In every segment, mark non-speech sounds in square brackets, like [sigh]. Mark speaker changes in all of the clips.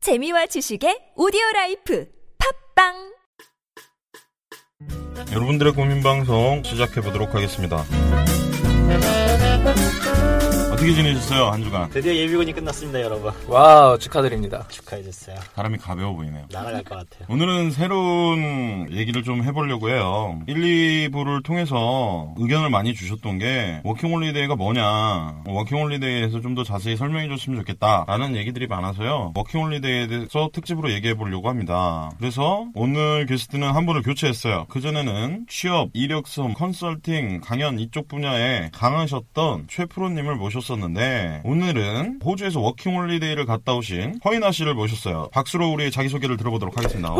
Speaker 1: 재미와 지식의 오디오 라이프 팝빵
Speaker 2: 여러분들의 고민 방송 시작해 보도록 하겠습니다. 어떻게 지내셨어요 한 주간?
Speaker 3: 드디어 예비군이 끝났습니다, 여러분.
Speaker 4: 와우 축하드립니다.
Speaker 3: 축하해주세요.
Speaker 2: 바람이 가벼워 보이네요.
Speaker 3: 나갈 것 같아요.
Speaker 2: 오늘은 새로운 얘기를 좀 해보려고 해요. 1, 2부를 통해서 의견을 많이 주셨던 게 워킹홀리데이가 뭐냐, 워킹홀리데이에서 좀 더 자세히 설명해 줬으면 좋겠다라는 얘기들이 많아서요. 워킹홀리데이에 대해서 특집으로 얘기해 보려고 합니다. 그래서 오늘 게스트는 한 분을 교체했어요. 그전에는 취업, 이력서, 컨설팅, 강연 이쪽 분야에 강하셨던 최프로님을 모셨었는데 오늘은 호주에서 워킹홀리데이를 갔다 오신 허인아 씨를 모셨어요. 박수로 우리의 자기소개를 들어보도록 하겠습니다.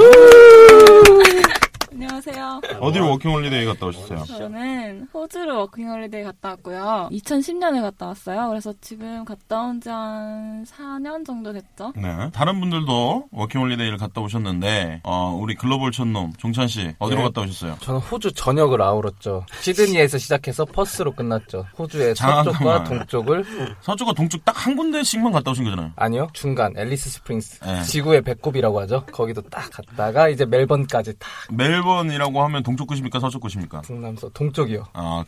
Speaker 5: 안녕하세요.
Speaker 2: 어디로 워킹홀리데이 갔다 오셨어요?
Speaker 5: 저는 호주로 워킹홀리데이 갔다 왔고요. 2010년에 갔다 왔어요. 그래서 지금 갔다 온 지 한 4년 정도 됐죠.
Speaker 2: 네. 다른 분들도 워킹홀리데이를 갔다 오셨는데 어, 우리 글로벌 첫놈 종찬 씨 어디로
Speaker 4: 네.
Speaker 2: 갔다 오셨어요?
Speaker 4: 저는 호주 전역을 아우렀죠. 시드니에서 시작해서 퍼스로 끝났죠. 호주의
Speaker 2: 잠깐만.
Speaker 4: 서쪽과 동쪽을
Speaker 2: 서쪽과 동쪽 딱 한 군데씩만 갔다 오신 거잖아요.
Speaker 4: 아니요 중간 앨리스 스프링스
Speaker 2: 네.
Speaker 4: 지구의 배꼽이라고 하죠. 거기도 딱 갔다가 이제 멜번까지 딱
Speaker 2: 멜번이라고 하면 동쪽 끝입니까 서쪽 끝입니까?
Speaker 4: 북남서 동쪽이요.
Speaker 2: 아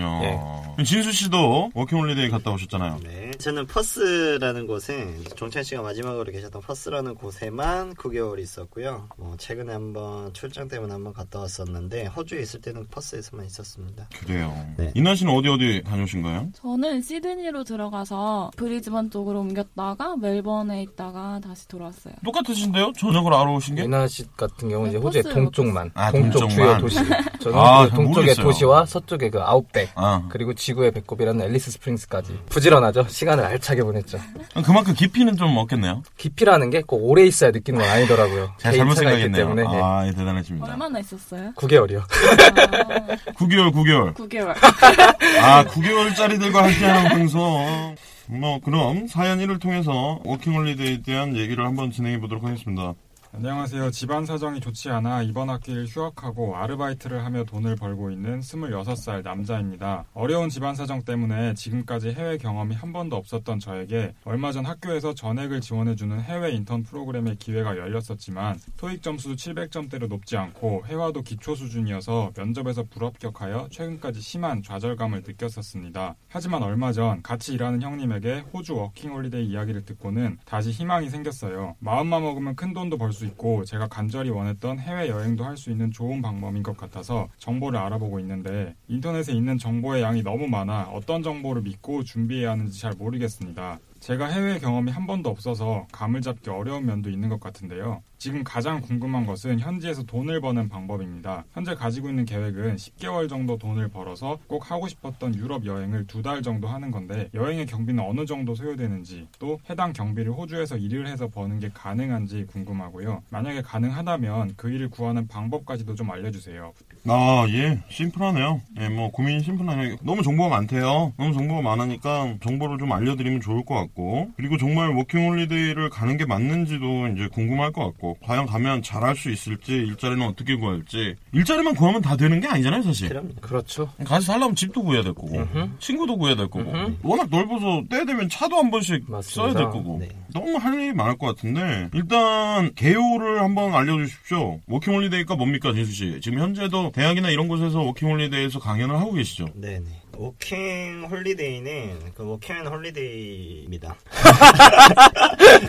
Speaker 2: 그렇군요. 진수 씨도 워킹홀리데이 갔다 오셨잖아요.
Speaker 3: 네. 저는 퍼스라는 곳에, 종찬 씨가 마지막으로 계셨던 퍼스라는 곳에만 9개월 있었고요. 뭐, 최근에 한번 출장 때문에 한번 갔다 왔었는데, 호주에 있을 때는 퍼스에서만 있었습니다.
Speaker 2: 그래요.
Speaker 3: 네.
Speaker 2: 이나 씨는 어디 어디 다녀오신 거예요?
Speaker 5: 저는 시드니로 들어가서 브리즈번 쪽으로 옮겼다가 멜번에 있다가 다시 돌아왔어요.
Speaker 2: 똑같으신데요? 저녁을 알아 오신 게?
Speaker 4: 유나 씨 같은 경우는 이제
Speaker 5: 네,
Speaker 4: 호주의
Speaker 5: 퍼스요,
Speaker 4: 동쪽만
Speaker 2: 아,
Speaker 4: 동쪽
Speaker 2: 동쪽만.
Speaker 4: 주요 도시. 저는
Speaker 2: 아, 잘
Speaker 4: 그 동쪽의
Speaker 2: 모르겠어요.
Speaker 4: 도시와 서쪽의 그 아웃백.
Speaker 2: 아,
Speaker 4: 그리고 지구의 배꼽이라는 앨리스 스프링스까지 부지런하죠. 시간을 알차게 보냈죠.
Speaker 2: 그만큼 깊이는 좀 없겠네요.
Speaker 4: 깊이라는 게 꼭 오래 있어야 느끼는 건 아니더라고요.
Speaker 2: 제가 잘못
Speaker 4: 개인차가 있기
Speaker 2: 생각했네요.
Speaker 4: 때문에 예.
Speaker 2: 아, 예, 대단하십니다.
Speaker 5: 얼마나 있었어요?
Speaker 4: 9개월이요.
Speaker 5: 아,
Speaker 2: 9개월, 9개월.
Speaker 5: 9개월.
Speaker 2: 아, 9개월짜리들과 함께하는 방송. 뭐, 그럼 사연 1을 통해서 워킹홀리데이에 대한 얘기를 한번 진행해 보도록 하겠습니다.
Speaker 6: 안녕하세요. 집안 사정이 좋지 않아 이번 학기를 휴학하고 아르바이트를 하며 돈을 벌고 있는 26살 남자입니다. 어려운 집안 사정 때문에 지금까지 해외 경험이 한 번도 없었던 저에게 얼마 전 학교에서 전액을 지원해주는 해외 인턴 프로그램의 기회가 열렸었지만 토익 점수도 700점대로 높지 않고 회화도 기초 수준이어서 면접에서 불합격하여 최근까지 심한 좌절감을 느꼈었습니다. 하지만 얼마 전 같이 일하는 형님에게 호주 워킹홀리데이 이야기를 듣고는 다시 희망이 생겼어요. 마음만 먹으면 큰 돈도 벌 수 있고 제가 간절히 원했던 해외 여행도 할 수 있는 좋은 방법인 것 같아서 정보를 알아보고 있는데 인터넷에 있는 정보의 양이 너무 많아 어떤 정보를 믿고 준비해야 하는지 잘 모르겠습니다. 제가 해외 경험이 한 번도 없어서 감을 잡기 어려운 면도 있는 것 같은데요. 지금 가장 궁금한 것은 현지에서 돈을 버는 방법입니다. 현재 가지고 있는 계획은 10개월 정도 돈을 벌어서 꼭 하고 싶었던 유럽 여행을 두 달 정도 하는 건데 여행의 경비는 어느 정도 소요되는지 또 해당 경비를 호주에서 일을 해서 버는 게 가능한지 궁금하고요. 만약에 가능하다면 그 일을 구하는 방법까지도 좀 알려주세요.
Speaker 2: 아, 예. 심플하네요. 예, 뭐, 고민이 심플하네요. 너무 정보가 많대요. 너무 정보가 많으니까 정보를 좀 알려드리면 좋을 것 같고. 그리고 정말 워킹홀리데이를 가는 게 맞는지도 이제 궁금할 것 같고. 과연 가면 잘할 수 있을지, 일자리는 어떻게 구할지. 일자리만 구하면 다 되는 게 아니잖아요, 사실.
Speaker 3: 그럼요.
Speaker 4: 그렇죠.
Speaker 2: 가서 살려면 집도 구해야 될 거고 친구도 구해야 될 거고 워낙 넓어서 때 되면 차도 한 번씩
Speaker 4: 맞습니다.
Speaker 2: 써야 될 거고
Speaker 3: 네.
Speaker 2: 너무 할 일이 많을 것 같은데 일단 개요를 한번 알려주십시오 워킹홀리데이가 뭡니까 진수 씨 지금 현재도 대학이나 이런 곳에서 워킹홀리데이에서 강연을 하고 계시죠
Speaker 3: 네네. 워킹 홀리데이는 그 워킹
Speaker 2: [laughs]
Speaker 3: 앤 홀리데이입니다.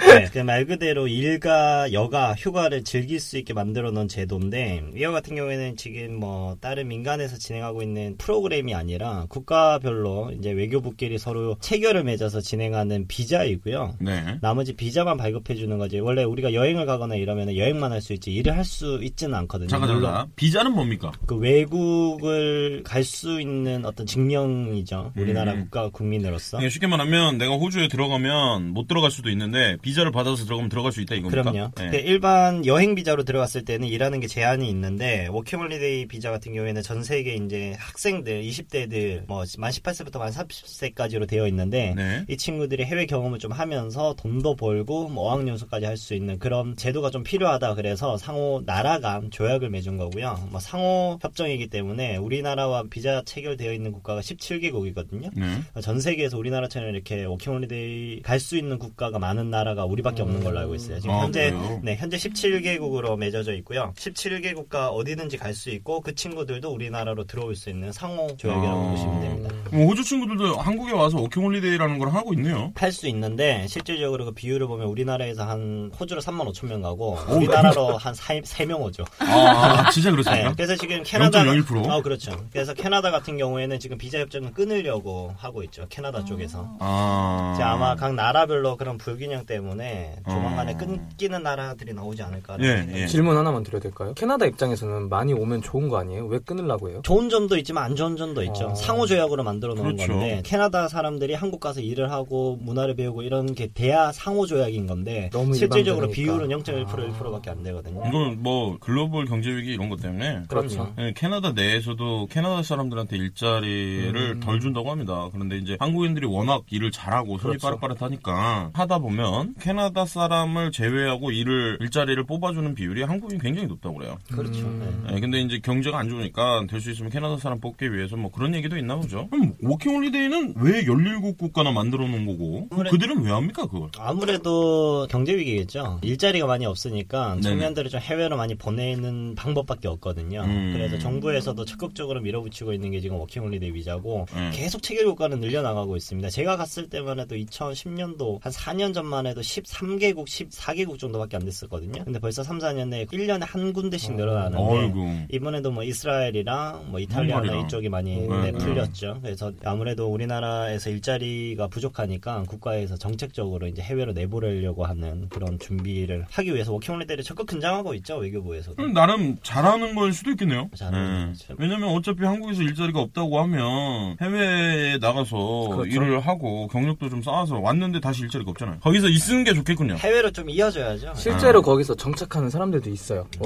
Speaker 3: 네, 그말 그대로 일과 여가 휴가를 즐길 수 있게 만들어 놓은 제도인데 이와 같은 경우에는 지금 뭐 다른 민간에서 진행하고 있는 프로그램이 아니라 국가별로 이제 외교부끼리 서로 체결을 맺어서 진행하는 비자이고요.
Speaker 2: 네
Speaker 3: 나머지 비자만 발급해 주는 거지. 원래 우리가 여행을 가거나 이러면 여행만 할 수 있지 일을 할 수 있지는 않거든요.
Speaker 2: 잠깐
Speaker 3: 물론
Speaker 2: 잠깐 비자는 뭡니까
Speaker 3: 그 외국을 갈 수 있는 어떤 증명이죠. 우리나라
Speaker 2: 음.
Speaker 3: 국가 국민으로서.
Speaker 2: 그냥 쉽게 말하면 내가 호주에 들어가면 못 들어갈 수도 있는데 비자를 받아서 들어가면 들어갈 수 있다 이겁니까
Speaker 3: 그럼요.
Speaker 2: 네.
Speaker 3: 근데 일반 여행 비자로 들어갔을 때는 일하는 게 제한이 있는데 워킹홀리데이 비자 같은 경우에는 전 세계 이제 학생들, 20대들 뭐 만 18세부터 만 30세까지로 되어 있는데
Speaker 2: 네.
Speaker 3: 이 친구들이 해외 경험을 좀 하면서 돈도 벌고 뭐 어학연수까지 할 수 있는 그런 제도가 좀 필요하다 그래서 상호 나라 간 조약을 맺은 거고요. 뭐 상호 협정이기 때문에 우리나라와 비자 체결되어 있는 국가가 17개국이거든요.
Speaker 2: 네.
Speaker 3: 전 세계에서 우리나라처럼 이렇게 워킹홀리데이 갈 수 있는 국가가 많은 나라가 우리밖에 없는 걸로 알고 있어요. 지금
Speaker 2: 아,
Speaker 3: 현재
Speaker 2: 그래요?
Speaker 3: 네 현재 17개국으로 맺어져 있고요. 17개국가 어디든지 갈 수 있고 그 친구들도 우리나라로 들어올 수 있는 상호 조약이라고
Speaker 2: 아.
Speaker 3: 보시면 됩니다.
Speaker 2: 뭐 호주 친구들도 한국에 와서 워킹홀리데이라는 걸 하고 있네요.
Speaker 3: 할 수 있는데 실질적으로 그 비율을 보면 우리나라에서 한 호주로 3만 5천 명 가고
Speaker 2: 어,
Speaker 3: 우리나라로 한 3명 오죠.
Speaker 2: 아, 진짜
Speaker 3: 네,
Speaker 2: 그렇습니까?
Speaker 3: 그래서 지금 캐나다
Speaker 2: 0.01%?
Speaker 3: 어, 그렇죠. 그래서 캐나다 같은 경우에는 지금 비자 협정을 끊으려고 하고 있죠. 캐나다 쪽에서.
Speaker 2: 아.
Speaker 3: 이제 아마 각 나라별로 그런 불균형 때문에 조만간에
Speaker 2: 어.
Speaker 3: 끊기는 나라들이 나오지 않을까.
Speaker 2: 예, 예.
Speaker 4: 질문 하나만 드려도 될까요? 캐나다 입장에서는 많이 오면 좋은 거 아니에요? 왜 끊으려고 해요?
Speaker 3: 좋은 점도 있지만 안 좋은 점도 있죠.
Speaker 4: 어.
Speaker 3: 상호 조약으로 만들어 놓은
Speaker 2: 그렇죠.
Speaker 3: 건데 캐나다 사람들이 한국 가서 일을 하고 문화를 배우고 이런 게 돼야 상호 조약인 건데
Speaker 4: 너무
Speaker 3: 실질적으로
Speaker 4: 일방적이니까.
Speaker 3: 비율은 0.1%
Speaker 4: 아.
Speaker 3: 1%밖에 안 되거든요.
Speaker 2: 이건 뭐 글로벌 경제 위기 이런 것 때문에
Speaker 4: 그렇죠.
Speaker 2: 예, 캐나다 내에서도 캐나다 사람들한테 일자리를 덜 준다고 합니다. 그런데 이제 한국인들이 워낙 일을 잘하고 손이
Speaker 4: 그렇죠.
Speaker 2: 빠릇빠릇하니까 하다 보면 캐나다 사람을 제외하고 일을 일자리를 뽑아주는 비율이 한국인 굉장히 높다고 그래요.
Speaker 3: 그렇죠. 네.
Speaker 2: 예, 근데 이제 경제가 안 좋으니까 될 수 있으면 캐나다 사람 뽑기 위해서 뭐 그런 얘기도 있나 보죠. 그럼 워킹홀리데이는 왜 17국가나 만들어 놓은 거고 그럼 그들은 왜 합니까 그걸?
Speaker 3: 아무래도 경제 위기겠죠. 일자리가 많이 없으니까
Speaker 2: 네네.
Speaker 3: 청년들을 좀 해외로 많이 보내는 방법밖에 없거든요.
Speaker 2: 음.
Speaker 3: 그래서 정부에서도 적극적으로 밀어붙이고 있는 게 지금 워킹홀리데이 위자고
Speaker 2: 음.
Speaker 3: 계속 체결 국가는 늘려나가고 있습니다. 제가 갔을 때만 해도 2010년도 한 4년 전만 해도 13개국, 14개국 정도밖에 안 됐었거든요. 근데 벌써 3, 4년 내에 1년에 한 군데씩 늘어나는데
Speaker 2: 어이구.
Speaker 3: 이번에도 뭐 이스라엘이랑 뭐 이탈리아나
Speaker 2: 한국이랑.
Speaker 3: 이쪽이 많이
Speaker 4: 음,
Speaker 2: 네,
Speaker 3: 네,
Speaker 2: 네.
Speaker 3: 풀렸죠. 그래서 아무래도 우리나라에서 일자리가 부족하니까 국가에서 정책적으로 이제 해외로 내보내려고 하는 그런 준비를 하기 위해서 워킹홀리데이를 적극 근장하고 있죠 외교부에서도.
Speaker 4: 음.
Speaker 2: 그럼 나름 잘하는 걸 수도 있겠네요.
Speaker 3: 잘하는
Speaker 2: 네.
Speaker 3: 거죠.
Speaker 2: 왜냐면 어차피 한국에서 일자리가 없다고 하면 해외에 나가서
Speaker 4: 그렇죠.
Speaker 2: 일을 하고 경력도 좀 쌓아서 왔는데 다시 일자리가 없잖아요. 거기서 있는 게 좋겠군요.
Speaker 3: 해외로 좀 이어져야죠.
Speaker 4: 실제로
Speaker 2: 아.
Speaker 4: 거기서 정착하는 사람들도 있어요.
Speaker 2: 얼마나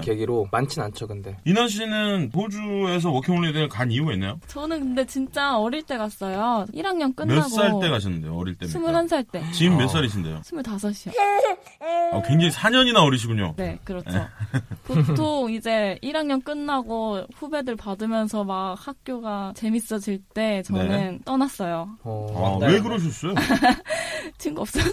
Speaker 2: 되나요?
Speaker 4: 계기로 많진 않죠, 근데.
Speaker 2: 이난 씨는 호주에서 워킹홀리데이를 간 이유가 있나요?
Speaker 5: [laughs] 저는 근데 진짜 어릴 때 갔어요. 1학년 끝나고
Speaker 2: 몇 살 때 가셨는데요? 어릴 때입니까?
Speaker 5: 21살 때.
Speaker 2: 지금 몇
Speaker 4: 어.
Speaker 2: 살이신데요?
Speaker 5: 25이요.
Speaker 2: 어, 굉장히 4년이나 어리시군요.
Speaker 5: 네, [laughs] 그렇죠. 보통 이제 1학년 끝나고 후배들 받으면서 막 학교가 재밌어질 때 저는
Speaker 2: 네.
Speaker 5: 떠났어요.
Speaker 4: 어,
Speaker 2: 아,
Speaker 4: 맞다.
Speaker 2: 왜 그러셨어요?
Speaker 5: 친구 없어서.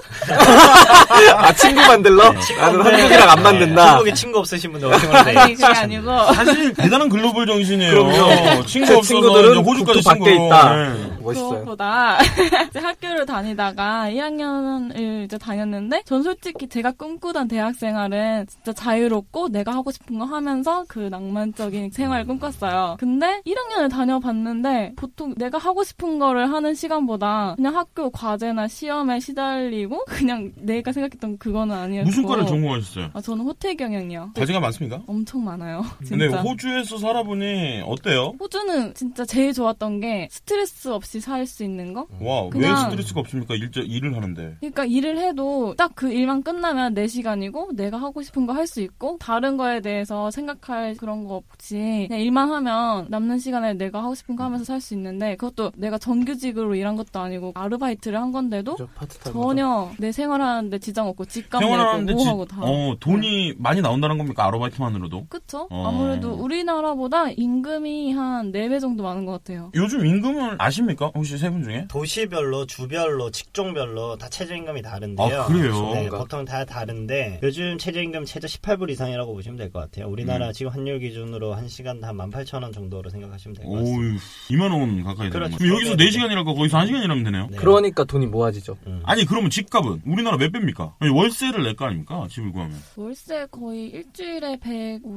Speaker 4: 아, 친구
Speaker 2: 네.
Speaker 4: 만들러? 나는 아, 한국이랑 안 만든다.
Speaker 3: 네. 한국에 친구 없으신 분들 워킹홀리데이.
Speaker 5: 아니, 그게 아니고.
Speaker 2: 사실 대단한 글로벌 정신이에요.
Speaker 4: 그럼요.
Speaker 2: 친구
Speaker 4: 제
Speaker 2: 없어서
Speaker 4: 친구들은
Speaker 2: 이제 호주까지
Speaker 4: 국토 밖에
Speaker 2: 친구로.
Speaker 4: 있다.
Speaker 2: 네.
Speaker 4: 멋있어요.
Speaker 5: 그것보다 [laughs] 이제 학교를 다니다가 1학년을 이제 다녔는데 전 솔직히 제가 꿈꾸던 대학 생활은 진짜 자유롭고 내가 하고 싶은 거 하면서 그 낭만적인 생활을
Speaker 2: 음.
Speaker 5: 꿈꿨어요. 근데 1학년을 다녀봤는데 보통 내가 하고 싶은 거를 하는 시간보다 그냥 학교 과제나 시험에 시달리고 그냥 내가 생각했던 그거는
Speaker 2: 네.
Speaker 5: 아니었고
Speaker 2: 무슨 과를 전공하셨어요?
Speaker 5: 아, 저는 호텔 경영이요.
Speaker 2: 과제가 많습니까?
Speaker 5: 엄청 많아요. [laughs]
Speaker 2: 근데
Speaker 5: 진짜.
Speaker 2: 네, 호주에서 살아보니 어때요?
Speaker 5: 호주는 진짜 제일 좋았던 게 스트레스 없이 살 수 있는 거?
Speaker 2: 와, 왜
Speaker 5: 그냥-
Speaker 2: 스트레스가 없습니까? 일자, 일을 하는데.
Speaker 5: 그러니까 일을 해도 딱 그 일만 끝나면 내 시간이고 내가 하고 싶은 거 할 수 있고 다른 거에 대해서 생각할 그런 거 없이 그냥 일만 하면 남는 시간에 내가 하고 싶은 거 하면서 살 수 있는데 그것도 내가 정규직으로 일한 것도 아니고 아르바이트를 한 건데도
Speaker 4: 그죠, 파트타임으로.
Speaker 5: 전혀 내 생활하는데 지장 없고 집값
Speaker 2: 생활하는데
Speaker 5: 내고
Speaker 2: 지-
Speaker 5: 뭐하고 다 네.
Speaker 2: 어, 돈이 많이 나온다는 겁니까? 아르바이트만으로도?
Speaker 5: 그쵸?
Speaker 2: 어.
Speaker 5: 아무래도 우리나라보다 임금이 한 4배 정도 많은 것 같아요
Speaker 2: 요즘 임금을 아십니까? 혹시 세 분 중에?
Speaker 3: 도시별로, 주별로, 직종별로 다 최저임금이 다른데요.
Speaker 2: 아, 그래요?
Speaker 3: 네,
Speaker 4: 그런가?
Speaker 3: 보통 다 다른데 요즘 최저임금 최저 18불 이상이라고 보시면 될 것 같아요. 우리나라
Speaker 2: 음.
Speaker 3: 지금 환율 기준으로 한 시간 한 18,000원 정도로 생각하시면 될 것 같습니다.
Speaker 2: 오유, 2만원 가까이 되는
Speaker 3: 네, 그렇죠.
Speaker 2: 거죠. 그럼 여기서 4시간 일할 거 거기서 1시간 일하면 되네요.
Speaker 3: 네.
Speaker 4: 그러니까 돈이 모아지죠.
Speaker 2: 아니, 그러면 집값은? 우리나라 몇 배입니까? 아니, 월세를 낼 거 아닙니까? 집을 구하면.
Speaker 5: 월세 거의 일주일에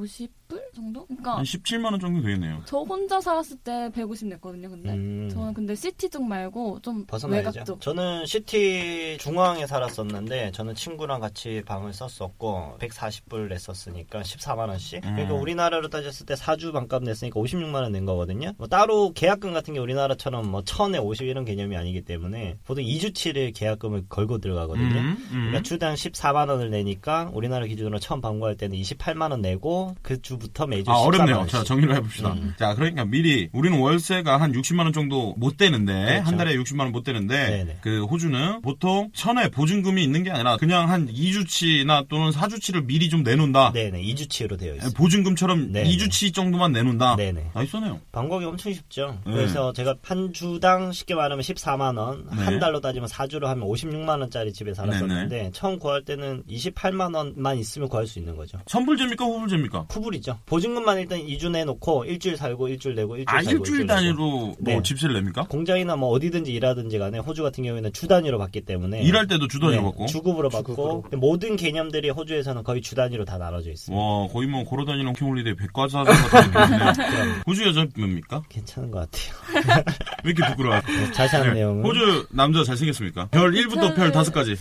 Speaker 5: 150불 정도? 그러니까
Speaker 2: 한 17만원 정도 되겠네요.
Speaker 5: 저 혼자 살았을 때 150 냈거든요, 근데.
Speaker 3: 음.
Speaker 5: 저는 근데 시티 쪽 말고 좀 외곽
Speaker 3: 벗어나야죠.
Speaker 5: 쪽.
Speaker 3: 저는 시티 중앙에 살았었는데 저는 친구랑 같이 방을 썼었고 140불 냈었으니까 14만 원씩.
Speaker 2: 음.
Speaker 3: 그러니까 우리나라로 따졌을 때 4주 반값 냈으니까 56만 원 낸 거거든요. 뭐 따로 계약금 같은 게 우리나라처럼 뭐 천에 50 이런 개념이 아니기 때문에 보통 2주치를 계약금을 걸고 들어가거든요.
Speaker 2: 음, 음.
Speaker 3: 그러니까 주당 14만 원을 내니까 우리나라 기준으로 처음 방문할 때는 28만 원 내고 그 주 1월부터 매주
Speaker 2: 아
Speaker 3: 14만 음.
Speaker 2: 어렵네요.
Speaker 3: 원씩.
Speaker 2: 자 정리를 해봅시다. 자 그러니까 미리 우리는 월세가 한 60만 원 정도 못 되는데 한 달에 60만 원 못 되는데
Speaker 3: 그렇죠. 네네.
Speaker 2: 그 호주는 보통 천에 보증금이 있는 게 아니라 그냥 한 2주치나 또는 4주치를 미리 좀 내놓는다. 예,
Speaker 3: 네네 2주치로 되어 있습니다.
Speaker 2: 보증금처럼
Speaker 3: 네네.
Speaker 2: 2주치 정도만 내놓는다.
Speaker 3: 네네.
Speaker 2: 나이스네요.
Speaker 3: 방법이 엄청 쉽죠.
Speaker 2: 네.
Speaker 3: 그래서 제가 한 주당 쉽게 말하면 14만 원,
Speaker 2: 네.
Speaker 3: 한 달로 따지면 4주로 하면 56만 원짜리 집에 살았었는데 처음 구할 때는 28만 원만 있으면 구할 수 있는 거죠.
Speaker 2: 선불제입니까 후불제입니까?
Speaker 3: 쿠불이죠. 보증금만 일단 2주 내놓고 일주일 살고 일주일 내고 일주일
Speaker 2: 아
Speaker 3: 살고
Speaker 2: 일주일
Speaker 3: 내고.
Speaker 2: 단위로 뭐
Speaker 3: 네.
Speaker 2: 집세를 냅니까?
Speaker 3: 공장이나 뭐 어디든지 일하든지 간에 호주 같은 경우에는 주 단위로 받기 때문에
Speaker 2: 일할 때도 주단위로
Speaker 3: 네,
Speaker 2: 받고.
Speaker 3: 주급으로 받고 모든 개념들이 호주에서는 거의 주 단위로 다 나눠져 있습니다.
Speaker 2: 와 거의 뭐 걸어다니는 킹홀리데이 백과사전 같은
Speaker 3: [laughs]
Speaker 2: 느낌이네요. 호주 여자 뭡니까?
Speaker 3: 괜찮은 것 같아요.
Speaker 2: 왜 이렇게 부끄러워?
Speaker 3: 네, 자세한
Speaker 2: 네.
Speaker 3: 내용은
Speaker 2: 호주 남자
Speaker 4: 아,
Speaker 2: 잘생겼습니까? 별 1부터 별 5까지.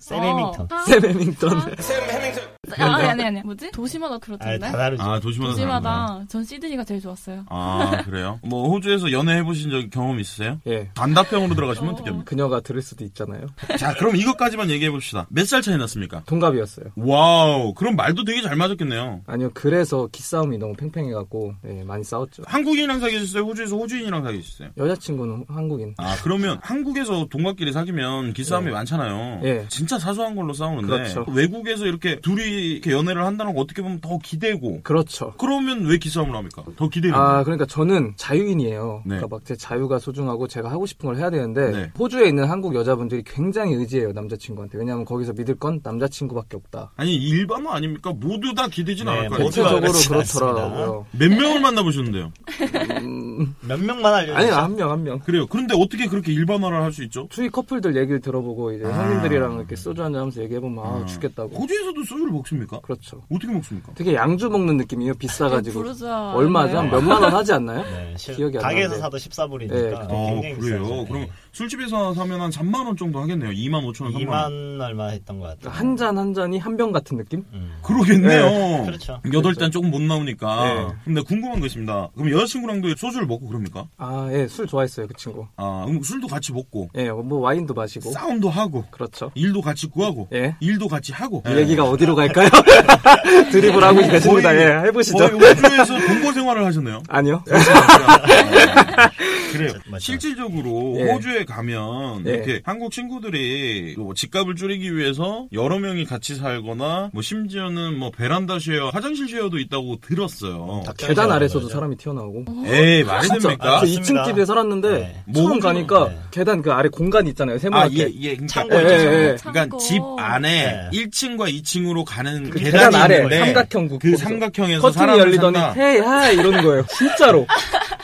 Speaker 3: 샘 해밍턴.
Speaker 4: 아.
Speaker 5: 샘 해밍턴. 어, 아니 아니 아니. 뭐지? 도시마다
Speaker 3: 아, 다
Speaker 5: 그렇던데.
Speaker 3: 다르죠.
Speaker 2: 아, 도시마다. 다르구나.
Speaker 5: 도시마다 전 시드니가 제일 좋았어요.
Speaker 2: 아, 그래요? 뭐, 호주에서 연애해보신 적 경험 있으세요?
Speaker 4: 예.
Speaker 2: 단답형으로 들어가시면 어떻게 합니까?
Speaker 4: 그녀가 들을 수도 있잖아요.
Speaker 2: 자, 그럼 이것까지만 얘기해봅시다. 몇 살 차이 났습니까?
Speaker 4: 동갑이었어요.
Speaker 2: 와우, 그럼 말도 되게 잘 맞았겠네요.
Speaker 4: 아니요, 그래서 기싸움이 너무 팽팽해갖고 예, 많이 싸웠죠.
Speaker 2: 한국인이랑 사귀셨어요? 호주에서 호주인이랑 사귀셨어요?
Speaker 4: 여자친구는 한국인.
Speaker 2: 아, 그러면 한국에서 동갑끼리 사귀면 기싸움이
Speaker 4: 예.
Speaker 2: 많잖아요.
Speaker 4: 예.
Speaker 2: 진짜 사소한 걸로 싸우는데
Speaker 4: 그렇죠.
Speaker 2: 외국에서 이렇게 둘이 이렇게 연애를 한다는 거 어떻게 보면 더 기대고
Speaker 4: 그렇죠. 그러면
Speaker 2: 왜 기싸움을 합니까? 더 기대는
Speaker 4: 아,
Speaker 2: 거예요.
Speaker 4: 그러니까 저는 자유인이에요.
Speaker 2: 네.
Speaker 4: 그러니까 막 제 자유가 소중하고 제가 하고 싶은 걸 해야 되는데
Speaker 2: 네.
Speaker 4: 호주에 있는 한국 여자분들이 굉장히 의지해요 남자친구한테. 왜냐하면 거기서 믿을 건 남자친구밖에 없다.
Speaker 2: 아니 일반화 아닙니까? 모두 다 기대진
Speaker 3: 네,
Speaker 2: 않을 거예요.
Speaker 3: 모두 다
Speaker 4: 대체적으로
Speaker 3: 그렇진
Speaker 4: 그렇더라고요.
Speaker 2: 몇 명을 만나보셨는데요?
Speaker 3: 몇 명만 알려주세요.
Speaker 4: 아니 한 명 한 명.
Speaker 2: 그래요. 그런데 어떻게 그렇게 일반화를 할 수 있죠?
Speaker 4: 주위 커플들 얘기를 들어보고 이제
Speaker 2: 아.
Speaker 4: 형님들이랑 이렇게 소주 한잔 하면서 얘기해보면 아, 죽겠다고.
Speaker 2: 호주에서도 소주를 먹습니까?
Speaker 4: 그렇죠.
Speaker 2: 어떻게 먹습니까?
Speaker 4: 되게 양주 먹는 느낌이에요. 비싸가지고
Speaker 5: 부르자.
Speaker 4: 얼마죠? 한 몇만 원 하지 않나요?
Speaker 3: 네, 실-
Speaker 4: 기억이 안
Speaker 3: 가게에서
Speaker 4: 나는데.
Speaker 3: 사도
Speaker 4: 네,
Speaker 3: 14불이니까
Speaker 2: 아,
Speaker 3: 어, 굉장히
Speaker 2: 그래요.
Speaker 3: 비싸죠.
Speaker 2: 그럼
Speaker 3: 네.
Speaker 2: 술집에서 사면 한 3만 원 정도 하겠네요. 2만 5천 원, 3만 원.
Speaker 3: 2만 얼마 했던 것 같아요.
Speaker 4: 그러니까 한 잔 한 잔이 한 병 같은 느낌?
Speaker 3: 음.
Speaker 2: 그러겠네요.
Speaker 3: 그렇죠.
Speaker 2: 여덟 잔 조금 못 나오니까.
Speaker 4: 네.
Speaker 2: 근데 궁금한 거 있습니다. 그럼 여자친구랑도 소주를 먹고 그럽니까?
Speaker 4: 아, 예, 술 좋아했어요 그 친구.
Speaker 2: 아, 그럼 술도 같이 먹고,
Speaker 4: 예, 뭐 와인도 마시고.
Speaker 2: 싸움도 하고,
Speaker 4: 그렇죠.
Speaker 2: 일도 같이 구하고,
Speaker 4: 예.
Speaker 2: 일도 같이 하고. 네.
Speaker 4: 이 얘기가 어디로 갈까요? [laughs] 드립을 [laughs] 하고 계십니다. 예, 해보시죠.
Speaker 2: 거의 호주에서 동거 생활을 하셨네요.
Speaker 4: 아니요.
Speaker 2: 그래요.
Speaker 3: 맞죠.
Speaker 2: 실질적으로
Speaker 4: 예.
Speaker 2: 호주에 가면
Speaker 4: 예.
Speaker 2: 이렇게 한국 친구들이 뭐 집값을 줄이기 위해서 여러 명이 같이 살거나 뭐 심지어는 뭐 베란다 쉐어, 화장실 쉐어도 있다고 들었어요.
Speaker 4: [laughs]
Speaker 2: 네.
Speaker 4: 계단 아래서도 사람이 튀어나오고.
Speaker 2: 에이 말이 됩니까?
Speaker 4: 저
Speaker 3: 맞습니다.
Speaker 4: 2층 집에 살았는데
Speaker 3: 네.
Speaker 4: 처음
Speaker 2: 모으죠.
Speaker 4: 가니까
Speaker 3: 네.
Speaker 4: 계단 그 아래 공간 있잖아요.
Speaker 2: 아,
Speaker 4: 세모나게.
Speaker 2: 예, 예. 그러니까,
Speaker 3: 창고
Speaker 4: 있죠, 예, 예, 예.
Speaker 5: 창고.
Speaker 2: 그러니까 집 안에
Speaker 3: 네.
Speaker 2: 1층과 2층으로 가는
Speaker 4: 그
Speaker 2: 계단이
Speaker 4: 계단 아래
Speaker 2: 있는데
Speaker 4: 삼각형 구-
Speaker 2: 그
Speaker 4: 거기서.
Speaker 2: 삼각형에서
Speaker 4: 커튼이
Speaker 2: 사람을 열리더니
Speaker 4: 열리더니
Speaker 2: 산다.
Speaker 4: 헤이 하이 이러는
Speaker 2: [laughs]
Speaker 4: 거예요. 진짜로.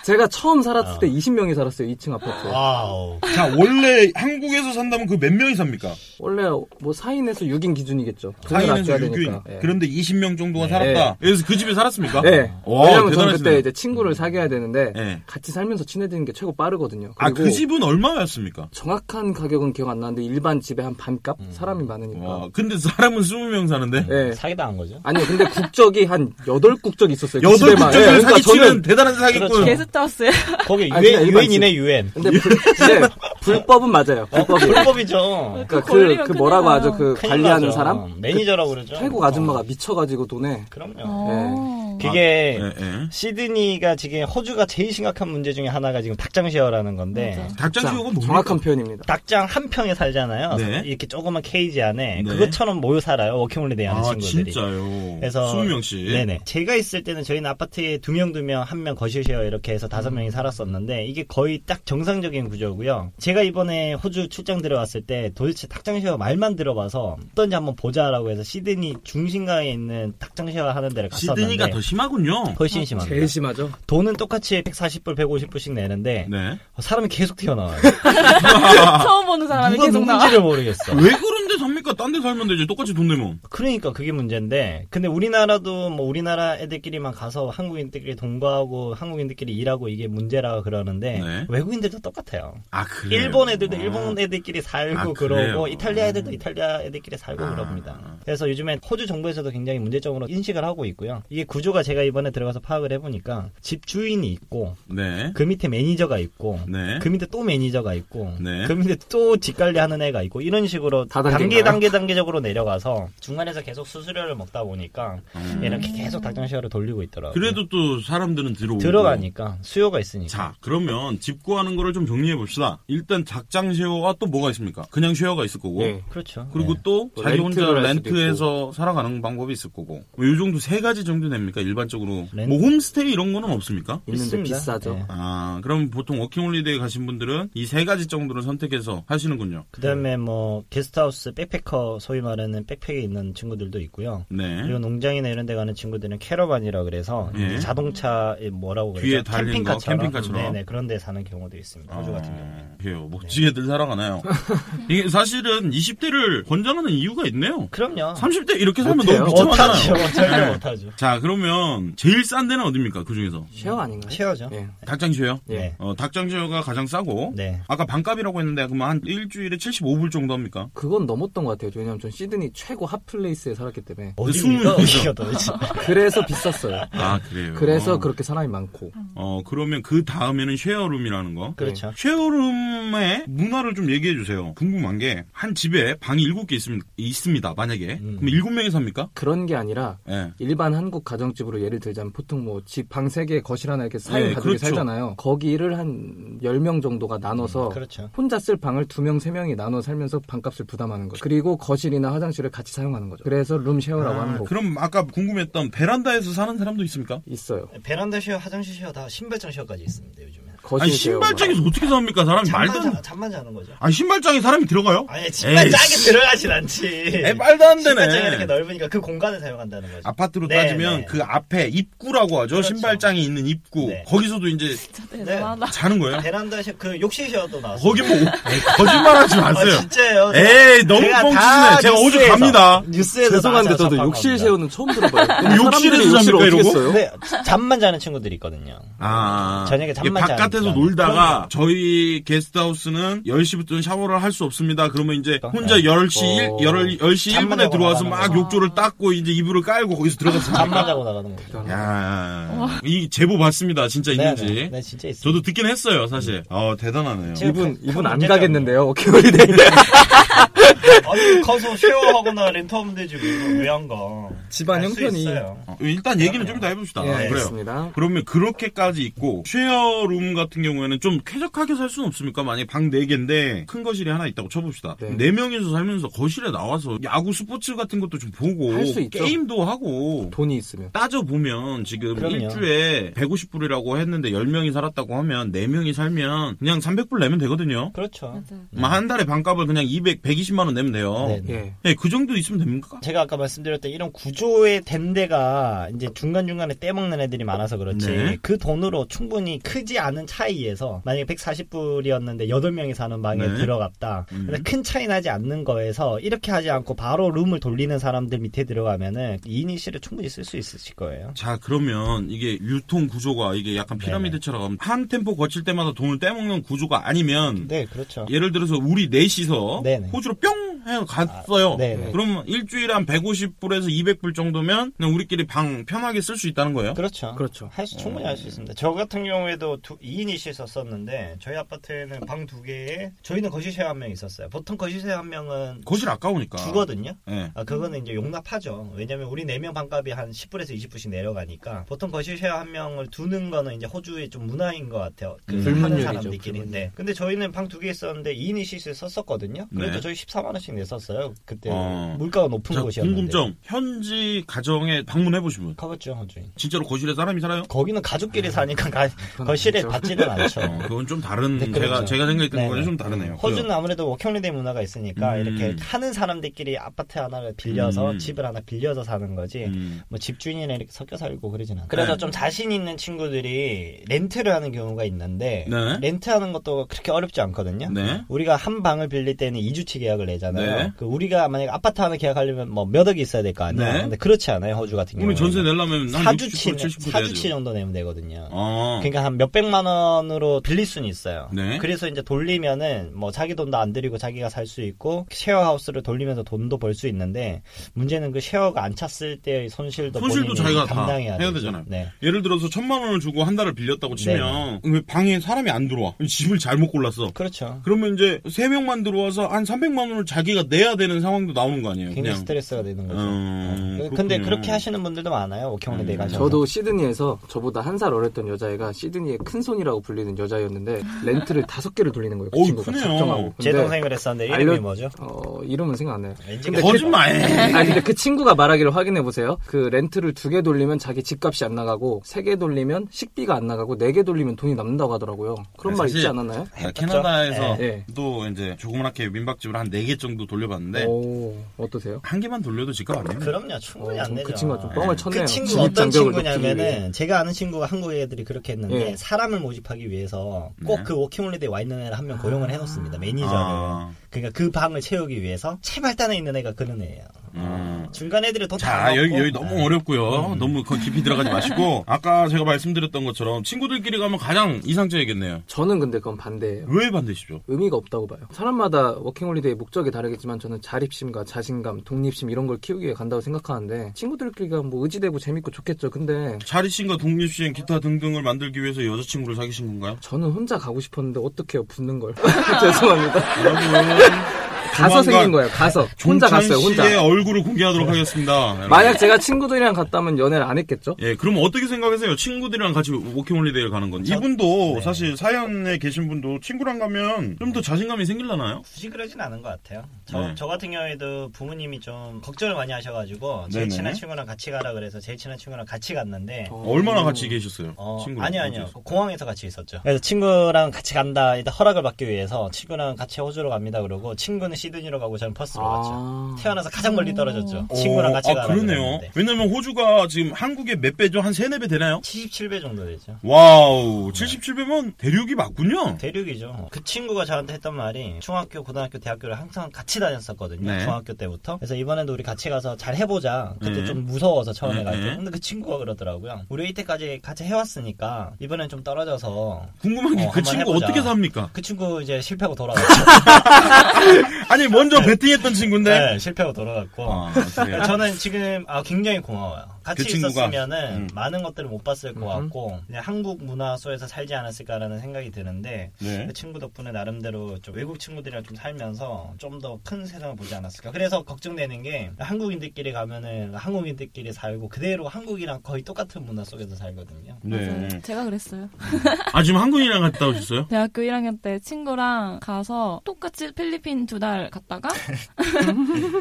Speaker 4: 제가 처음
Speaker 2: 아.
Speaker 4: 살았을 때 20명이 살았어요. 2층 아파트에.
Speaker 3: 와우.
Speaker 2: 자, 원래 한국에서 산다면 그 몇 명이 삽니까?
Speaker 4: 원래 뭐 4인에서 6인 기준이겠죠. 돈을 아껴야
Speaker 2: 4인에서
Speaker 4: 되니까.
Speaker 2: 6인.
Speaker 4: 예.
Speaker 2: 그런데 20명 정도가 살았다. 그래서 그 집에 살았습니까?
Speaker 4: 네.
Speaker 2: 와,
Speaker 4: 왜냐면 저는
Speaker 2: 대단하시네요.
Speaker 4: 그때 이제 친구를 사귀어야 되는데
Speaker 2: 네.
Speaker 4: 같이 살면서 친해지는 게 최고 빠르거든요.
Speaker 2: 아,
Speaker 4: 그리고
Speaker 2: 그 집은 얼마였습니까?
Speaker 4: 정확한 가격은 기억 안 나는데 일반 집에 한 반값 사람이 많으니까.
Speaker 2: 와, 근데 사람은 20명 사는데.
Speaker 4: 그러니까. 예.
Speaker 3: 사기당한 거죠.
Speaker 4: 아니요, 근데 국적이 한 여덟 국적 있었어요. 그
Speaker 2: 여덟
Speaker 4: 집에만. 예,
Speaker 2: 국적을
Speaker 4: 그러니까
Speaker 2: 사기치는
Speaker 4: 저는
Speaker 2: 대단한 사기꾼. 예,
Speaker 3: 그렇죠.
Speaker 5: 네. 게스트하우스에
Speaker 4: 네.
Speaker 3: 거기
Speaker 4: 아니, 그냥
Speaker 3: 유엔,
Speaker 4: 일반
Speaker 3: 유엔이네 유엔. 어,
Speaker 4: 근데 불, 근데 불법은 맞아요. 불법이.
Speaker 3: 불법이죠.
Speaker 4: 그러니까 그,
Speaker 5: 걸리면
Speaker 4: 그
Speaker 5: 큰일
Speaker 4: 뭐라고
Speaker 5: 나요.
Speaker 4: 하죠? 그
Speaker 3: 큰일
Speaker 4: 관리하는
Speaker 3: 나죠.
Speaker 4: 사람?
Speaker 3: 매니저라고 아, 그러죠.
Speaker 4: 태국
Speaker 3: 어,
Speaker 4: 아줌마가 미쳐가지고 돈에
Speaker 3: 그럼요.
Speaker 5: 어.
Speaker 4: 네.
Speaker 3: 그게
Speaker 2: 예, 예.
Speaker 3: 시드니가 지금 호주가 제일 심각한 문제 중에 하나가 지금 닭장 시어라는 건데
Speaker 5: 맞아.
Speaker 2: 닭장
Speaker 4: 자,
Speaker 2: 치우고 뭡니까?
Speaker 4: 정확한 표현입니다.
Speaker 3: 닭장 한 평에 살잖아요.
Speaker 2: 네.
Speaker 3: 이렇게 조그만 케이지
Speaker 2: 네.
Speaker 3: 안에 그것처럼 모여 살아요. 워킹홀리데이 하는
Speaker 2: 아,
Speaker 3: 친구들이.
Speaker 2: 진짜요.
Speaker 3: 그래서
Speaker 2: 20명씩.
Speaker 3: 네네. 제가 있을 때는 저희는 아파트에 두 명, 두 명, 한 명 거실 쉐어 이렇게 해서 다섯
Speaker 2: 음.
Speaker 3: 명이 살았었는데 이게 거의 딱 정상적인 구조고요. 제가 이번에 호주 출장 들어왔을 때 도대체 탁장 쉐어 말만 들어봐서 어떤지 한번 보자라고 해서 시드니 중심가에 있는 탁장 쉐어 하는 데를 갔었는데
Speaker 2: 시드니가 더 심하군요.
Speaker 3: 훨씬
Speaker 5: 아,
Speaker 3: 심합니다.
Speaker 4: 제일 심하죠?
Speaker 3: 돈은 똑같이 140불, 150불씩 내는데
Speaker 2: 네.
Speaker 3: 사람이 계속 튀어나와요.
Speaker 5: 아, 처음 보는 사람이
Speaker 3: 누가
Speaker 5: 계속 나와.
Speaker 3: 누군지를 모르겠어.
Speaker 2: 왜 그런데 삽니까? 딴 데 살면 되지. 똑같이 돈 내면.
Speaker 3: 그러니까 그게 문제인데 근데 우리나라도 뭐 우리나라 애들끼리만 가서 한국인들끼리 동거하고 한국인들끼리 일하고 이게 문제라 그러는데
Speaker 2: 네.
Speaker 3: 외국인들도 똑같아요.
Speaker 2: 아, 그래요?
Speaker 3: 일본 애들도
Speaker 2: 아.
Speaker 3: 일본 애들끼리 살고
Speaker 2: 아, 그래요?
Speaker 3: 그러고 이탈리아 애들도 이탈리아 애들끼리 살고 그럽니다. 그래서 요즘에 호주 정부에서도 굉장히 문제점으로 인식을 하고 있고요. 이게 구조가 제가 이번에 들어가서 파악을 해보니까 집 주인이 있고
Speaker 2: 네.
Speaker 3: 그 밑에 매니저가 있고
Speaker 2: 네.
Speaker 3: 그 밑에 또 매니저가 있고
Speaker 2: 네.
Speaker 3: 그 밑에 또 집관리하는 애가 있고 이런 식으로
Speaker 4: 다
Speaker 3: 단계
Speaker 4: 단계인가요?
Speaker 3: 단계 단계적으로 내려가서 중간에서 계속 수수료를 먹다 보니까 이렇게 계속 닭장 시야를 돌리고 있더라고요.
Speaker 2: 음. 그래도 또 사람들은 들어오고
Speaker 3: 들어가니까 수요가 있으니까.
Speaker 2: 자, 그러면 집 구하는 거를 좀 정리해 봅시다. 일단 작장 쉐어와 또 뭐가 있습니까? 그냥 쉐어가 있을 거고.
Speaker 4: 예.
Speaker 3: 그렇죠.
Speaker 2: 그리고
Speaker 3: 네.
Speaker 2: 또
Speaker 4: 또
Speaker 2: 자기 혼자
Speaker 4: 렌트를 할 수도
Speaker 2: 렌트해서 살아가는 방법이 있을 거고. 뭐이 정도 세 가지 정도 됩니까? 일반적으로.
Speaker 3: 렌트.
Speaker 2: 뭐 홈스테이 이런 거는 없습니까?
Speaker 4: 있는데
Speaker 3: 있습니다.
Speaker 4: 비싸죠.
Speaker 3: 네.
Speaker 2: 아, 그럼 보통 워킹홀리데이 가신 분들은 이 세 가지 정도를 선택해서 하시는군요.
Speaker 3: 그다음에 뭐 게스트하우스 백패커 소위 말하는 백팩에 있는 친구들도 있고요.
Speaker 2: 네.
Speaker 3: 그리고 농장이나 이런 데 가는 친구들은 캐러반이라 그래서
Speaker 2: 예.
Speaker 3: 이제 자동차 뭐라고 그러죠?
Speaker 2: 뒤에 달린 거, 캠핑카처럼.
Speaker 3: 네네 그런 데 사는 경우도 있습니다. 호주 같은 경우는.
Speaker 2: 요 아, 멋지게들 살아가나요? 이게 사실은 20대를 권장하는 이유가 있네요.
Speaker 3: 그럼요.
Speaker 2: 30대 이렇게 살면
Speaker 4: 못해요.
Speaker 2: 너무
Speaker 3: 못하죠. [laughs]
Speaker 2: 비참하잖아요.
Speaker 3: 절대
Speaker 2: 네.
Speaker 3: 못하죠.
Speaker 2: 자, 그러면 제일 싼 데는 어딥니까? 그 중에서?
Speaker 4: 쉐어 아닌가요?
Speaker 3: 쉐어죠.
Speaker 4: 예.
Speaker 2: 닭장쉐요?
Speaker 4: 예.
Speaker 3: 네.
Speaker 2: 어, 닭장쉐어가 가장 싸고.
Speaker 3: 네.
Speaker 2: 아까 반값이라고 했는데 그러면 한 일주일에 75불 정도 합니까?
Speaker 4: 그건 넘었던 것 같아요. 왜냐면 전 시드니 최고 핫플레이스에 살았기 때문에.
Speaker 3: 어디입니까?
Speaker 2: 숨을 네. 쉬죠. [laughs]
Speaker 3: 어디가 도대체.
Speaker 4: 그래서 비쌌어요.
Speaker 3: 네.
Speaker 2: 아 그래요.
Speaker 4: 그래서 그렇게 사람이 많고.
Speaker 2: 어 그러면 그 다음에는 쉐어룸이라는 거.
Speaker 3: 그렇죠.
Speaker 2: 쉐어룸의 문화를 좀 얘기해 주세요. 궁금한 게 한 집에 방이 7개 있습니다. 있습니다. 만약에
Speaker 3: 음.
Speaker 2: 그럼 7명이 삽니까?
Speaker 4: 그런 게 아니라
Speaker 2: 예.
Speaker 4: 일반 한국 가정집으로 예를 들자면 보통 뭐 집 방 세개 거실 하나 이렇게 사인
Speaker 2: 예,
Speaker 4: 가족이
Speaker 2: 그렇죠.
Speaker 4: 살잖아요. 거기를 한 10명 정도가 나눠서
Speaker 2: 음,
Speaker 3: 그렇죠.
Speaker 4: 혼자 쓸 방을 두 명, 세 명이 나눠 살면서 방값을 부담하는 거죠. 그리고 거실이나 화장실을 같이 사용하는 거죠. 그래서 룸 쉐어라고 하는
Speaker 2: 아,
Speaker 3: 뭐.
Speaker 4: 거고.
Speaker 2: 그럼 아까 궁금했던 베란다에서 사는 사람도 있습니까?
Speaker 4: 있어요.
Speaker 3: 베란다 쉐어, 화장실 쉐어 다 신발장 쉐어까지 있습니다 요즘에.
Speaker 4: 거실
Speaker 2: 아니
Speaker 4: 쉐어가.
Speaker 2: 신발장에서 어떻게 삽니까? 사람이
Speaker 3: 잠만
Speaker 2: 말도 안
Speaker 3: 자, 잠만 자는 거죠.
Speaker 2: 아니 신발장에 사람이 들어가요?
Speaker 3: 아니 신발장에 들어가진 않지.
Speaker 2: 에 말도 안 되네.
Speaker 3: 신발장이 이렇게 넓으니까 그 공간을 사용한다는 거죠.
Speaker 2: 아파트로
Speaker 3: 네,
Speaker 2: 따지면
Speaker 3: 네.
Speaker 2: 그 앞에 입구라고 하죠.
Speaker 3: 그렇죠.
Speaker 2: 신발장이 있는 입구.
Speaker 3: 네.
Speaker 2: 거기서도 이제
Speaker 5: 진짜 대단하다.
Speaker 2: 자는 거예요?
Speaker 3: 베란다 쉐어, 그 욕실 쉐어도 나왔어요.
Speaker 2: 아.
Speaker 3: [laughs]
Speaker 2: 거기 뭐 거짓말하지
Speaker 3: 아,
Speaker 2: 마세요.
Speaker 3: 진짜예요.
Speaker 2: 에이 너무
Speaker 3: 제가
Speaker 2: 뻥치시네.
Speaker 3: 다
Speaker 2: 제가 오죽
Speaker 3: 뉴스에서,
Speaker 2: 갑니다.
Speaker 3: 뉴스에서
Speaker 4: 죄송한데
Speaker 3: 나와서
Speaker 4: 저도
Speaker 3: 접한
Speaker 4: 욕실
Speaker 3: 겁니다.
Speaker 4: 쉐어는 처음 들어봐요. 근데
Speaker 2: 네. [laughs] 욕실에서
Speaker 4: 사람들이
Speaker 2: 잡니까,
Speaker 4: 욕실을 어떻게
Speaker 2: 이러고?
Speaker 4: 써요?
Speaker 3: 네, 잠만 자는 친구들이 있거든요.
Speaker 2: 아,
Speaker 3: 저녁에
Speaker 2: 이게
Speaker 3: 잠만 자는
Speaker 2: 바깥에서
Speaker 3: 시간.
Speaker 2: 놀다가 저희 게스트하우스는 10시부터는 샤워를 할 수 없습니다. 그러면 이제 혼자
Speaker 3: 네.
Speaker 2: 10시,
Speaker 4: 어.
Speaker 2: 일, 10, 10시
Speaker 3: 잠만
Speaker 2: 1분에
Speaker 3: 자고
Speaker 2: 들어와서
Speaker 3: 나가는
Speaker 2: 막
Speaker 5: 거.
Speaker 2: 욕조를 닦고 이제 이불을 깔고 거기서 들어갔습니다.
Speaker 3: 잠만 자고
Speaker 2: [laughs]
Speaker 3: 나가는 거죠.
Speaker 2: 야, 이 제보 봤습니다. 진짜 있는지.
Speaker 3: 아. 네, 네, 네, 진짜 있어요.
Speaker 2: 저도 듣긴 했어요, 사실. 어, 대단하네요.
Speaker 3: 지금
Speaker 4: 이분
Speaker 3: 큰
Speaker 4: 이분 안
Speaker 3: 문제가
Speaker 4: 가겠는데요. [laughs] 워킹홀리데이.
Speaker 3: 아니 커서 쉐어하거나 렌트하면 되지 뭐. 왜안 가?
Speaker 4: 집안
Speaker 3: 갈수
Speaker 4: 형편이-
Speaker 3: 있어요.
Speaker 2: 어, 일단 얘기는 좀 이따 해봅시다.
Speaker 4: 예,
Speaker 2: 아, 그래요.
Speaker 4: 알겠습니다.
Speaker 2: 그러면 그렇게까지 있고 쉐어룸 같은 경우에는 좀 쾌적하게 살 수는 없습니까? 만약에 방 4개인데 큰 거실이 하나 있다고 쳐봅시다.
Speaker 4: 네.
Speaker 2: 네. 명이서 살면서 거실에 나와서 야구 스포츠 같은 것도 좀 보고
Speaker 4: 할수 있죠.
Speaker 2: 게임도 하고
Speaker 4: 돈이 있으면.
Speaker 2: 따져보면 지금
Speaker 3: 그럼요.
Speaker 2: 일주에 150불이라고 했는데 10명이 살았다고 하면 4명이 살면 그냥 300불 내면 되거든요.
Speaker 3: 그렇죠.
Speaker 5: 맞아요.
Speaker 2: 뭐한
Speaker 4: 음.
Speaker 2: 달에 방값을 그냥 200, 120만 원 내면 돼요.
Speaker 3: 네, 네.
Speaker 4: 예.
Speaker 2: 예, 그 정도 있으면 됩니까?
Speaker 3: 제가 아까 말씀드렸던 이런 구조의 된 데가 이제 중간중간에 떼먹는 애들이 많아서 그렇지
Speaker 2: 네.
Speaker 3: 그 돈으로 충분히 크지 않은 차이에서 만약에 140불이었는데 8명이 사는 방에
Speaker 2: 네.
Speaker 3: 들어갔다
Speaker 2: 음.
Speaker 3: 근데 큰 차이 나지 않는 거에서 이렇게 하지 않고 바로 룸을 돌리는 사람들 밑에 들어가면은 2인 1실을 충분히 쓸 수 있으실 거예요
Speaker 2: 자 그러면 이게 유통 구조가 이게 약간 피라미드처럼 한 템포 거칠 때마다 돈을 떼먹는 구조가 아니면
Speaker 3: 네 그렇죠
Speaker 2: 예를 들어서 우리 넷이서
Speaker 3: 네네.
Speaker 2: 호주로 뿅 해서 갔어요.
Speaker 3: 아, 네네.
Speaker 2: 그럼 일주일에 한 150불에서 200불 정도면 그냥 우리끼리 방 편하게 쓸 수 있다는 거예요.
Speaker 3: 그렇죠
Speaker 4: 그렇죠.
Speaker 3: 할 수, 충분히 할 수 있습니다. 저 같은 경우에도 두, 2인 2실서 썼는데 저희 아파트에는 방 두 개에 저희는 거실세 한 명 있었어요. 보통 거실세 한 명은
Speaker 2: 거실 아까우니까.
Speaker 3: 주거든요.
Speaker 2: 예.
Speaker 3: 아, 그거는 이제 용납하죠. 왜냐면 우리 4명 반값이 한 10불에서 20불씩 내려가니까 보통 거실 쉐어 한 명을 두는 거는 이제 호주의 좀 문화인 것 같아요. 그 하는
Speaker 4: 불문율이죠,
Speaker 3: 사람들끼리인데. 근데 저희는 방 두 개 있었는데 2인 2실을 썼었거든요. 그래도
Speaker 2: 네.
Speaker 3: 저희 14만원씩 냈었어요. 그때
Speaker 2: 어.
Speaker 3: 물가가 높은
Speaker 2: 자
Speaker 3: 곳이었는데.
Speaker 2: 궁금점 현지 가정에 방문해 보신 분
Speaker 3: 가봤죠, 호주인.
Speaker 2: 진짜로 거실에 사람이 살아요?
Speaker 3: 거기는 가족끼리 사니까 가-
Speaker 4: 그건
Speaker 3: 거실에
Speaker 4: 아니죠.
Speaker 3: 받지는 않죠.
Speaker 2: 어, 그건 좀 다른
Speaker 3: 네,
Speaker 2: 제가
Speaker 3: 그렇죠.
Speaker 2: 제가 생각했던
Speaker 3: 네,
Speaker 2: 거랑
Speaker 3: 네.
Speaker 2: 좀 다르네요.
Speaker 3: 호주는 아무래도 워킹홀리데이 문화가 있으니까
Speaker 2: 음.
Speaker 3: 이렇게 하는 사람들끼리 아파트 하나를 빌려서
Speaker 2: 음.
Speaker 3: 집을 하나 빌려서 사는 거지
Speaker 2: 음.
Speaker 3: 뭐 집주인이랑 이렇게 섞여 살고 그러진 않아요. 그래서
Speaker 2: 네.
Speaker 3: 좀 자신 있는 친구들이 렌트를 하는 경우가 있는데
Speaker 2: 네.
Speaker 3: 렌트하는 것도 그렇게 어렵지 않거든요.
Speaker 2: 네.
Speaker 3: 우리가 한 방을 빌릴 때는 2주치 계약을 내잖아요.
Speaker 2: 네.
Speaker 3: 그 우리가 만약에 아파트 하나 계약하려면 뭐 몇 억이 있어야 될 거 아니에요.
Speaker 2: 네.
Speaker 3: 근데 그렇지 않아요. 호주 같은 경우는.
Speaker 2: 우리 전세 내려면 한 60%,
Speaker 3: 4주치,
Speaker 2: 70% 돼야죠.
Speaker 3: 4주치 정도 내면 되거든요.
Speaker 2: 어.
Speaker 3: 그러니까 한 몇백만 원으로 빌릴 수는 있어요.
Speaker 2: 네.
Speaker 3: 그래서 이제 돌리면은 뭐 자기 돈도 안 들이고 자기가 살 수 있고 쉐어하우스를 돌리면서 돈도 벌 수 있는데 문제는 그 쉐어가 안 찼을 때의 손실도
Speaker 2: 손실도
Speaker 3: 본인이
Speaker 2: 자기가 다
Speaker 3: 감당해야
Speaker 2: 해야
Speaker 3: 되죠.
Speaker 2: 되잖아요.
Speaker 3: 네.
Speaker 2: 예를 들어서 천만 원을 주고 한 달을 빌렸다고 치면 왜 방에 사람이 안 들어와? 집을 잘못 골랐어.
Speaker 3: 그렇죠.
Speaker 2: 그러면 이제 세 명만 들어와서 한 300만 원을 자기 자기가 내야 되는 상황도 나오는 거 아니에요?
Speaker 3: 굉장히
Speaker 2: 그냥
Speaker 3: 스트레스가 되는 거죠.
Speaker 2: 음,
Speaker 3: 네. 근데
Speaker 2: 그렇군요. 음.
Speaker 3: 그렇게 하시는 분들도 많아요. 워킹홀리데이 가셔서.
Speaker 4: 저도 시드니에서 저보다 한 살 어렸던 여자애가 시드니의 큰 손이라고 불리는 여자였는데
Speaker 3: [laughs]
Speaker 4: 렌트를 다섯 개를 돌리는 거예요. 그
Speaker 2: 어이,
Speaker 4: 친구가
Speaker 2: 크네요.
Speaker 4: 작정하고.
Speaker 3: 제
Speaker 4: 근데,
Speaker 3: 동생이 그랬었는데 이름이
Speaker 4: 알려-
Speaker 3: 뭐죠?
Speaker 4: 어, 이름은 생각
Speaker 3: [laughs]
Speaker 4: 안 나요.
Speaker 3: 왠지
Speaker 4: 근데
Speaker 3: 네.
Speaker 2: 거짓말.
Speaker 4: 아 근데 그 친구가 말하기를 확인해 보세요. 그 렌트를 두 개 돌리면 자기 집값이 안 나가고 세 개 돌리면 식비가 안 나가고 네 개 돌리면 돈이 남는다고 하더라고요. 그런 말 있지
Speaker 2: 사실-
Speaker 4: 않았나요?
Speaker 2: 네, 캐나다에서
Speaker 4: 네.
Speaker 2: 또 이제 조그맣게 민박집을 한 네 개 정도 돌려봤는데
Speaker 3: 어.
Speaker 4: 오 어떠세요?
Speaker 2: 한 개만 돌려도 집값 안 내요.
Speaker 3: 그럼요. 충분히
Speaker 4: 어,
Speaker 3: 안
Speaker 4: 좀
Speaker 3: 내죠.
Speaker 4: 그 친구가 좀 뻥을 쳤네요.
Speaker 3: 그 친구
Speaker 4: 진입
Speaker 3: 어떤
Speaker 4: 장벽을 높이기
Speaker 3: 친구냐면은
Speaker 4: 위해.
Speaker 3: 제가 아는 친구가 한국 애들이 그렇게 했는데
Speaker 4: 예.
Speaker 3: 사람을 모집하기 위해서 꼭
Speaker 2: 네.
Speaker 3: 그 워킹홀리데이 와 있는 애를 한 명 고용을 해놓습니다. 매니저를.
Speaker 2: 아.
Speaker 3: 그러니까 그 방을 채우기 위해서 체발단에 있는 애가 그런 애예요.
Speaker 2: 음.
Speaker 3: 중간 애들이 더 네.
Speaker 2: 자, 여기, 여기 너무 어렵고요.
Speaker 3: 음.
Speaker 2: 너무 거- 깊이 들어가지
Speaker 3: [laughs]
Speaker 2: 마시고. 아까 제가 말씀드렸던 것처럼 친구들끼리 가면 가장 이상적이겠네요.
Speaker 4: 저는 근데 그건 반대예요.
Speaker 2: 왜 반대시죠?
Speaker 4: 의미가 없다고 봐요. 사람마다 워킹홀리데이의 목적이 다르겠지만 저는 자립심과 자신감, 독립심 이런 걸 키우기 위해 간다고 생각하는데 친구들끼리가 뭐 의지되고 재밌고 좋겠죠. 근데
Speaker 2: 자리신과 독립신, 기타 등등을 만들기 위해서 여자친구를 사귀신 건가요?
Speaker 4: 저는 혼자 가고 싶었는데 어떡해요 붙는 걸 [laughs] 죄송합니다
Speaker 2: 여러분,
Speaker 4: 가서 생긴
Speaker 2: 조만간
Speaker 4: 거예요 가서 혼자
Speaker 2: 종찬
Speaker 4: 갔어요 혼자
Speaker 2: 씨의 얼굴을
Speaker 3: 네.
Speaker 2: 공개하도록 하겠습니다. 여러분.
Speaker 4: 만약 제가 친구들이랑 갔다면 연애를 안 했겠죠
Speaker 2: 예, 그럼 어떻게 생각하세요? 친구들이랑 같이 워킹홀리데이를 가는 건 이분도 사실 사연에 계신 분도 친구랑 가면 좀 더 자신감이 생길라나요?
Speaker 3: 굳이 그러진 않은 것 같아요. 저,
Speaker 2: 네.
Speaker 3: 저 같은 경우에도 부모님이 좀 걱정을 많이 하셔가지고 제일
Speaker 2: 네네.
Speaker 3: 친한 친구랑 같이 가라 그래서 제일 친한 친구랑 같이 갔는데
Speaker 2: 어, 얼마나 같이 계셨어요?
Speaker 3: 어,
Speaker 2: 친구랑
Speaker 3: 아니요, 아니요.
Speaker 2: 어디서?
Speaker 3: 공항에서 같이 있었죠. 그래서 친구랑 같이 간다. 일단 허락을 받기 위해서 친구랑 같이 호주로 갑니다. 그러고 친구는 시드니로 가고 저는 퍼스로 갔죠.
Speaker 4: 아,
Speaker 3: 태어나서 가장 멀리 떨어졌죠.
Speaker 2: 어,
Speaker 3: 친구랑 같이
Speaker 2: 아,
Speaker 3: 가라.
Speaker 2: 그러네요.
Speaker 3: 그랬는데.
Speaker 2: 왜냐면 호주가 지금 한국의 몇 배죠? 한 세네 배 되나요?
Speaker 3: 77배 정도 되죠.
Speaker 2: 와우, 77배면 대륙이 맞군요.
Speaker 3: 네. 대륙이죠. 그 친구가 저한테 했던 말이 중학교, 고등학교, 대학교를 항상 같이 다녔었거든요.
Speaker 2: 네.
Speaker 3: 중학교 때부터. 그래서 이번에도 우리 같이 가서 잘 해보자. 그때
Speaker 2: 음.
Speaker 3: 좀 무서워서 처음에
Speaker 2: 음,
Speaker 3: 갈 때.
Speaker 2: 음.
Speaker 3: 근데 그 친구가 그러더라고요. 우리 이때까지 같이 해왔으니까 이번엔 좀 떨어져서
Speaker 2: 궁금한 게
Speaker 3: 어,
Speaker 2: 그
Speaker 3: 한번
Speaker 2: 친구
Speaker 3: 해보자.
Speaker 2: 어떻게 삽니까?
Speaker 3: 그 친구 이제 실패하고 돌아갔죠.
Speaker 2: 아니, 먼저 배팅했던 친구인데.
Speaker 3: 네, 실패하고 돌아갔고.
Speaker 2: 아, 그래요.
Speaker 3: 저는 지금 아, 굉장히 고마워요. 같이
Speaker 2: 그 친구가.
Speaker 3: 있었으면은
Speaker 2: 음.
Speaker 3: 많은 것들을 못 봤을 것
Speaker 4: 음.
Speaker 3: 같고 그냥 한국 문화 속에서 살지 않았을까라는 생각이 드는데
Speaker 2: 네.
Speaker 3: 그 친구 덕분에 나름대로 좀 외국 친구들이랑 좀 살면서 좀 더 큰 세상을 보지 않았을까. 그래서 걱정되는 게 한국인들끼리 가면은 한국인들끼리 살고 그대로 한국이랑 거의 똑같은 문화 속에서 살거든요.
Speaker 5: 맞아요. 제가 그랬어요.
Speaker 2: 네. 아, 지금 한국이랑 갔다 오셨어요?
Speaker 5: 대학교 1학년 때 친구랑 가서 똑같이 필리핀 두 달 갔다가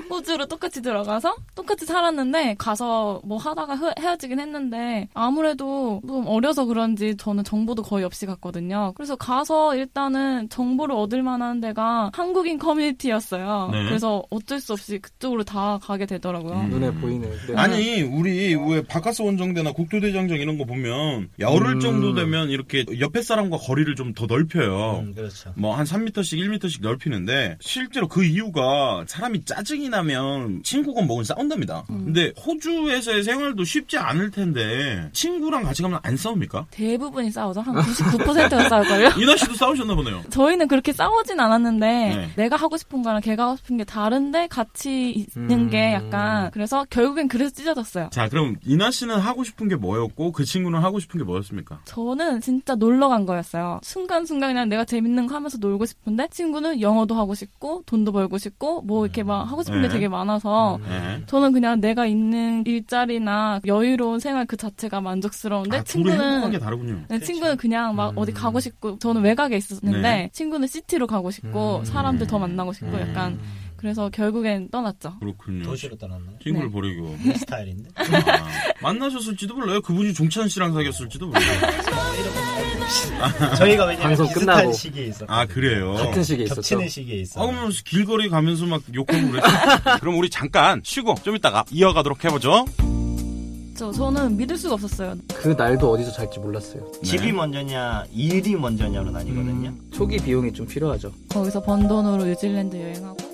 Speaker 5: 호주로 똑같이 들어가서 똑같이 살았는데 가서 뭐 하다가 헤- 헤어지긴 했는데 아무래도 좀 어려서 그런지 저는 정보도 거의 없이 갔거든요. 그래서 가서 일단은 정보를 얻을 만한 데가 한국인 커뮤니티였어요.
Speaker 2: 네.
Speaker 5: 그래서 어쩔 수 없이 그쪽으로 다 가게 되더라고요.
Speaker 4: 눈에 보이네 네.
Speaker 2: 아니 우리 왜 바카스 원정대나 국토대장정 이런 거 보면 열흘
Speaker 4: 음.
Speaker 2: 정도 되면 이렇게 옆에 사람과 거리를 좀 더 넓혀요.
Speaker 3: 음, 그렇죠.
Speaker 2: 뭐 한 3m씩 1m씩 넓히는데 실제로 그 이유가 사람이 짜증이 나면 친구건 뭐건 싸운답니다.
Speaker 5: 음.
Speaker 2: 근데 호주에서의 생활도 쉽지 않을 텐데 친구랑 같이 가면 안 싸웁니까?
Speaker 5: 대부분이 싸우죠. 한 99%가 싸울걸요?
Speaker 2: 이나 씨도 싸우셨나 보네요.
Speaker 5: 저희는 그렇게 싸우진 않았는데
Speaker 2: 네.
Speaker 5: 내가 하고 싶은 거랑 걔가 하고 싶은 게 다른데 같이 있는
Speaker 4: 음.
Speaker 5: 게 약간 그래서 결국엔 그래서 찢어졌어요.
Speaker 2: 자 그럼 이나 씨는 하고 싶은 게 뭐였고 그 친구는 하고 싶은 게 뭐였습니까?
Speaker 5: 저는 진짜 놀러 간 거였어요. 순간순간 그냥 내가 재밌는 거 하면서 놀고 싶은데 친구는 영어도 하고 싶고 돈도 벌고 싶고 뭐 이렇게 막 하고 싶은 게
Speaker 2: 네.
Speaker 5: 되게 많아서
Speaker 2: 네.
Speaker 5: 저는 그냥 내가 있는 일자리나 여유로운 생활 그 자체가 만족스러운데
Speaker 2: 아, 둘이
Speaker 5: 친구는
Speaker 2: 행복한 게 다르군요.
Speaker 5: 네, 친구는 그냥 막 어디 가고 싶고 저는 외곽에 있었는데
Speaker 2: 네.
Speaker 5: 친구는 시티로 가고 싶고 사람들 더 만나고 싶고 약간 그래서 결국엔 떠났죠.
Speaker 2: 그렇군요.
Speaker 3: 도시로 떠났나요?
Speaker 2: 친구를
Speaker 5: 네.
Speaker 2: 버리고
Speaker 3: 이 스타일인데?
Speaker 2: 아, 만나셨을지도 몰라요. 그분이 종찬 씨랑 사귀었을지도 몰라요.
Speaker 3: 저희가 왜냐면
Speaker 4: 방송
Speaker 3: 비슷한
Speaker 4: 끝나고.
Speaker 3: 시기에 있었
Speaker 2: 아 그래요.
Speaker 4: 같은 시기에 있었죠
Speaker 3: 겹치는 시기에 있어.
Speaker 2: 아, 그러면 길거리 가면서 막 욕하고 [laughs] 그랬어. 그럼 우리 잠깐 쉬고 좀 이따가 이어가도록 해보죠.
Speaker 5: 저 저는 믿을 수가 없었어요.
Speaker 4: 그 날도 어디서 잘지 몰랐어요
Speaker 3: 집이 먼저냐, 일이 먼저냐로 나뉘거든요.
Speaker 4: 초기 음, 비용이 좀 필요하죠
Speaker 5: 거기서 번 돈으로 뉴질랜드 여행하고